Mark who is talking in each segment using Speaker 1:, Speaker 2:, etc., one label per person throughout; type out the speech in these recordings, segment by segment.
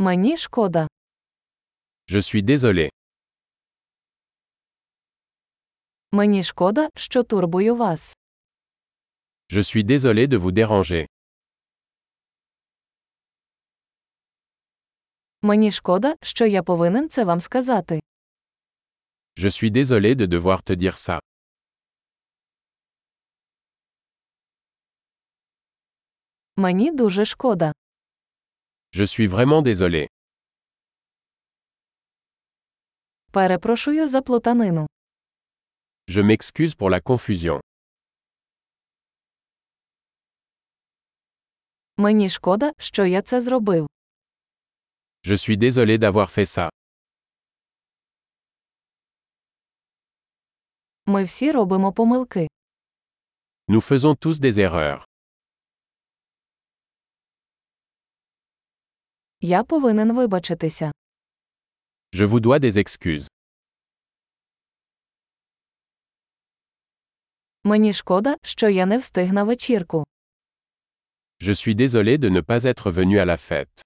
Speaker 1: Мені шкода.
Speaker 2: Je suis désolé.
Speaker 1: Мені шкода, що турбую вас.
Speaker 2: Je suis désolé de vous déranger.
Speaker 1: Мені шкода, що я повинен це вам сказати.
Speaker 2: Je suis désolé de devoir te dire ça.
Speaker 1: Мені дуже шкода.
Speaker 2: Je suis vraiment désolé.
Speaker 1: Перепрошую за плутанину.
Speaker 2: Je m'excuse pour la confusion.
Speaker 1: Мені шкода, що я це зробив.
Speaker 2: Je suis désolé d'avoir fait ça.
Speaker 1: Ми всі робимо помилки.
Speaker 2: Nous faisons tous des erreurs.
Speaker 1: Я повинен вибачитися.
Speaker 2: Je vous dois des excuses.
Speaker 1: Мені шкода, що я не встиг на вечірку.
Speaker 2: Je suis désolé de ne pas être venu à la fête.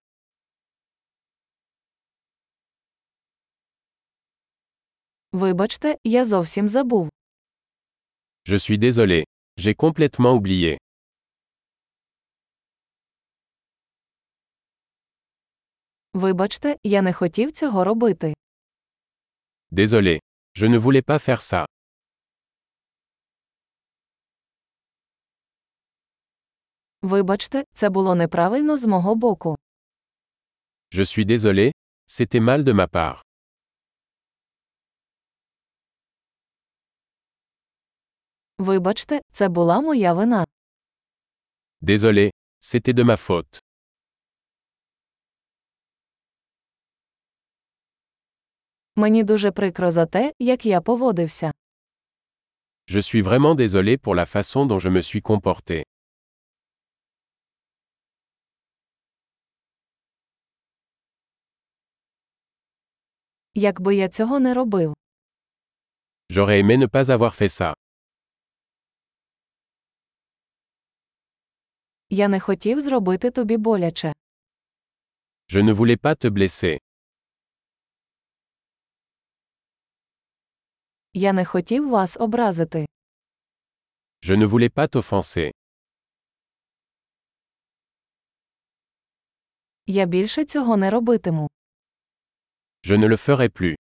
Speaker 1: Вибачте, я зовсім забув.
Speaker 2: Je suis désolé. J'ai complètement oublié.
Speaker 1: Вибачте, я не хотів цього робити.
Speaker 2: Désolé. Je ne voulais pas faire ça.
Speaker 1: Вибачте, це було неправильно з мого боку.
Speaker 2: Je suis désolé. C'était mal de ma part.
Speaker 1: Вибачте, це була моя вина.
Speaker 2: Désolé. C'était de ma faute.
Speaker 1: Мені дуже прикро за те, як я поводився.
Speaker 2: Je suis vraiment désolé pour la façon dont je me suis comporté.
Speaker 1: Якби я цього не робив,
Speaker 2: J'aurais aimé ne pas avoir fait ça.
Speaker 1: я не хотів зробити тобі боляче.
Speaker 2: Je ne voulais pas te blesser.
Speaker 1: Я не хотів вас образити.
Speaker 2: Je ne voulais pas t'offenser.
Speaker 1: Я більше цього не робитиму.
Speaker 2: Je ne le ferai plus.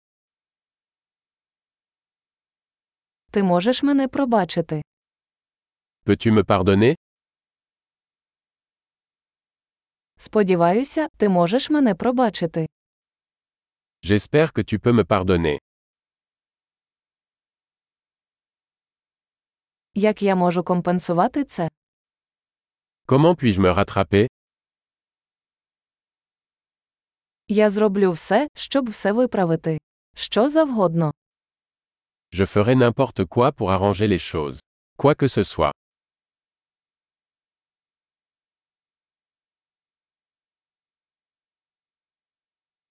Speaker 1: Ти можеш мене пробачити.
Speaker 2: Peux-tu me pardonner
Speaker 1: Сподіваюся, ти можеш мене пробачити.
Speaker 2: J'espère que tu peux me pardonner.
Speaker 1: Як я можу компенсувати це?
Speaker 2: Comment puis-je me rattraper
Speaker 1: Я зроблю все, щоб все виправити. Що завгодно.
Speaker 2: Je ferai n'importe quoi pour arranger les choses. Quoi que ce soit.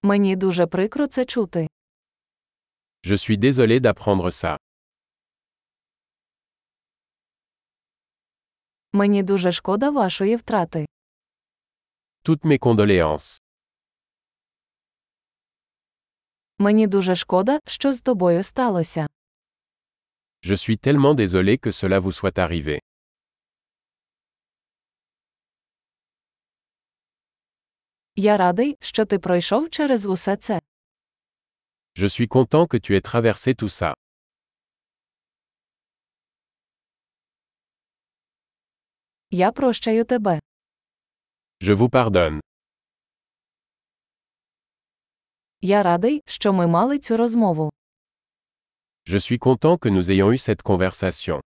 Speaker 1: Мені дуже прикро це чути.
Speaker 2: Je suis désolé d'apprendre ça.
Speaker 1: Мені дуже шкода вашої втрати.
Speaker 2: Toutes mes condoléances.
Speaker 1: Мені дуже шкода, що з тобою сталося.
Speaker 2: Je suis tellement désolé que cela vous soit arrivé.
Speaker 1: Я радий, що ти пройшов через усе це.
Speaker 2: Je suis content que tu aies traversé tout ça.
Speaker 1: Я прощаю тебе.
Speaker 2: Je vous pardonne.
Speaker 1: Я радий, що ми мали цю розмову.
Speaker 2: Je suis content que nous ayons eu cette conversation.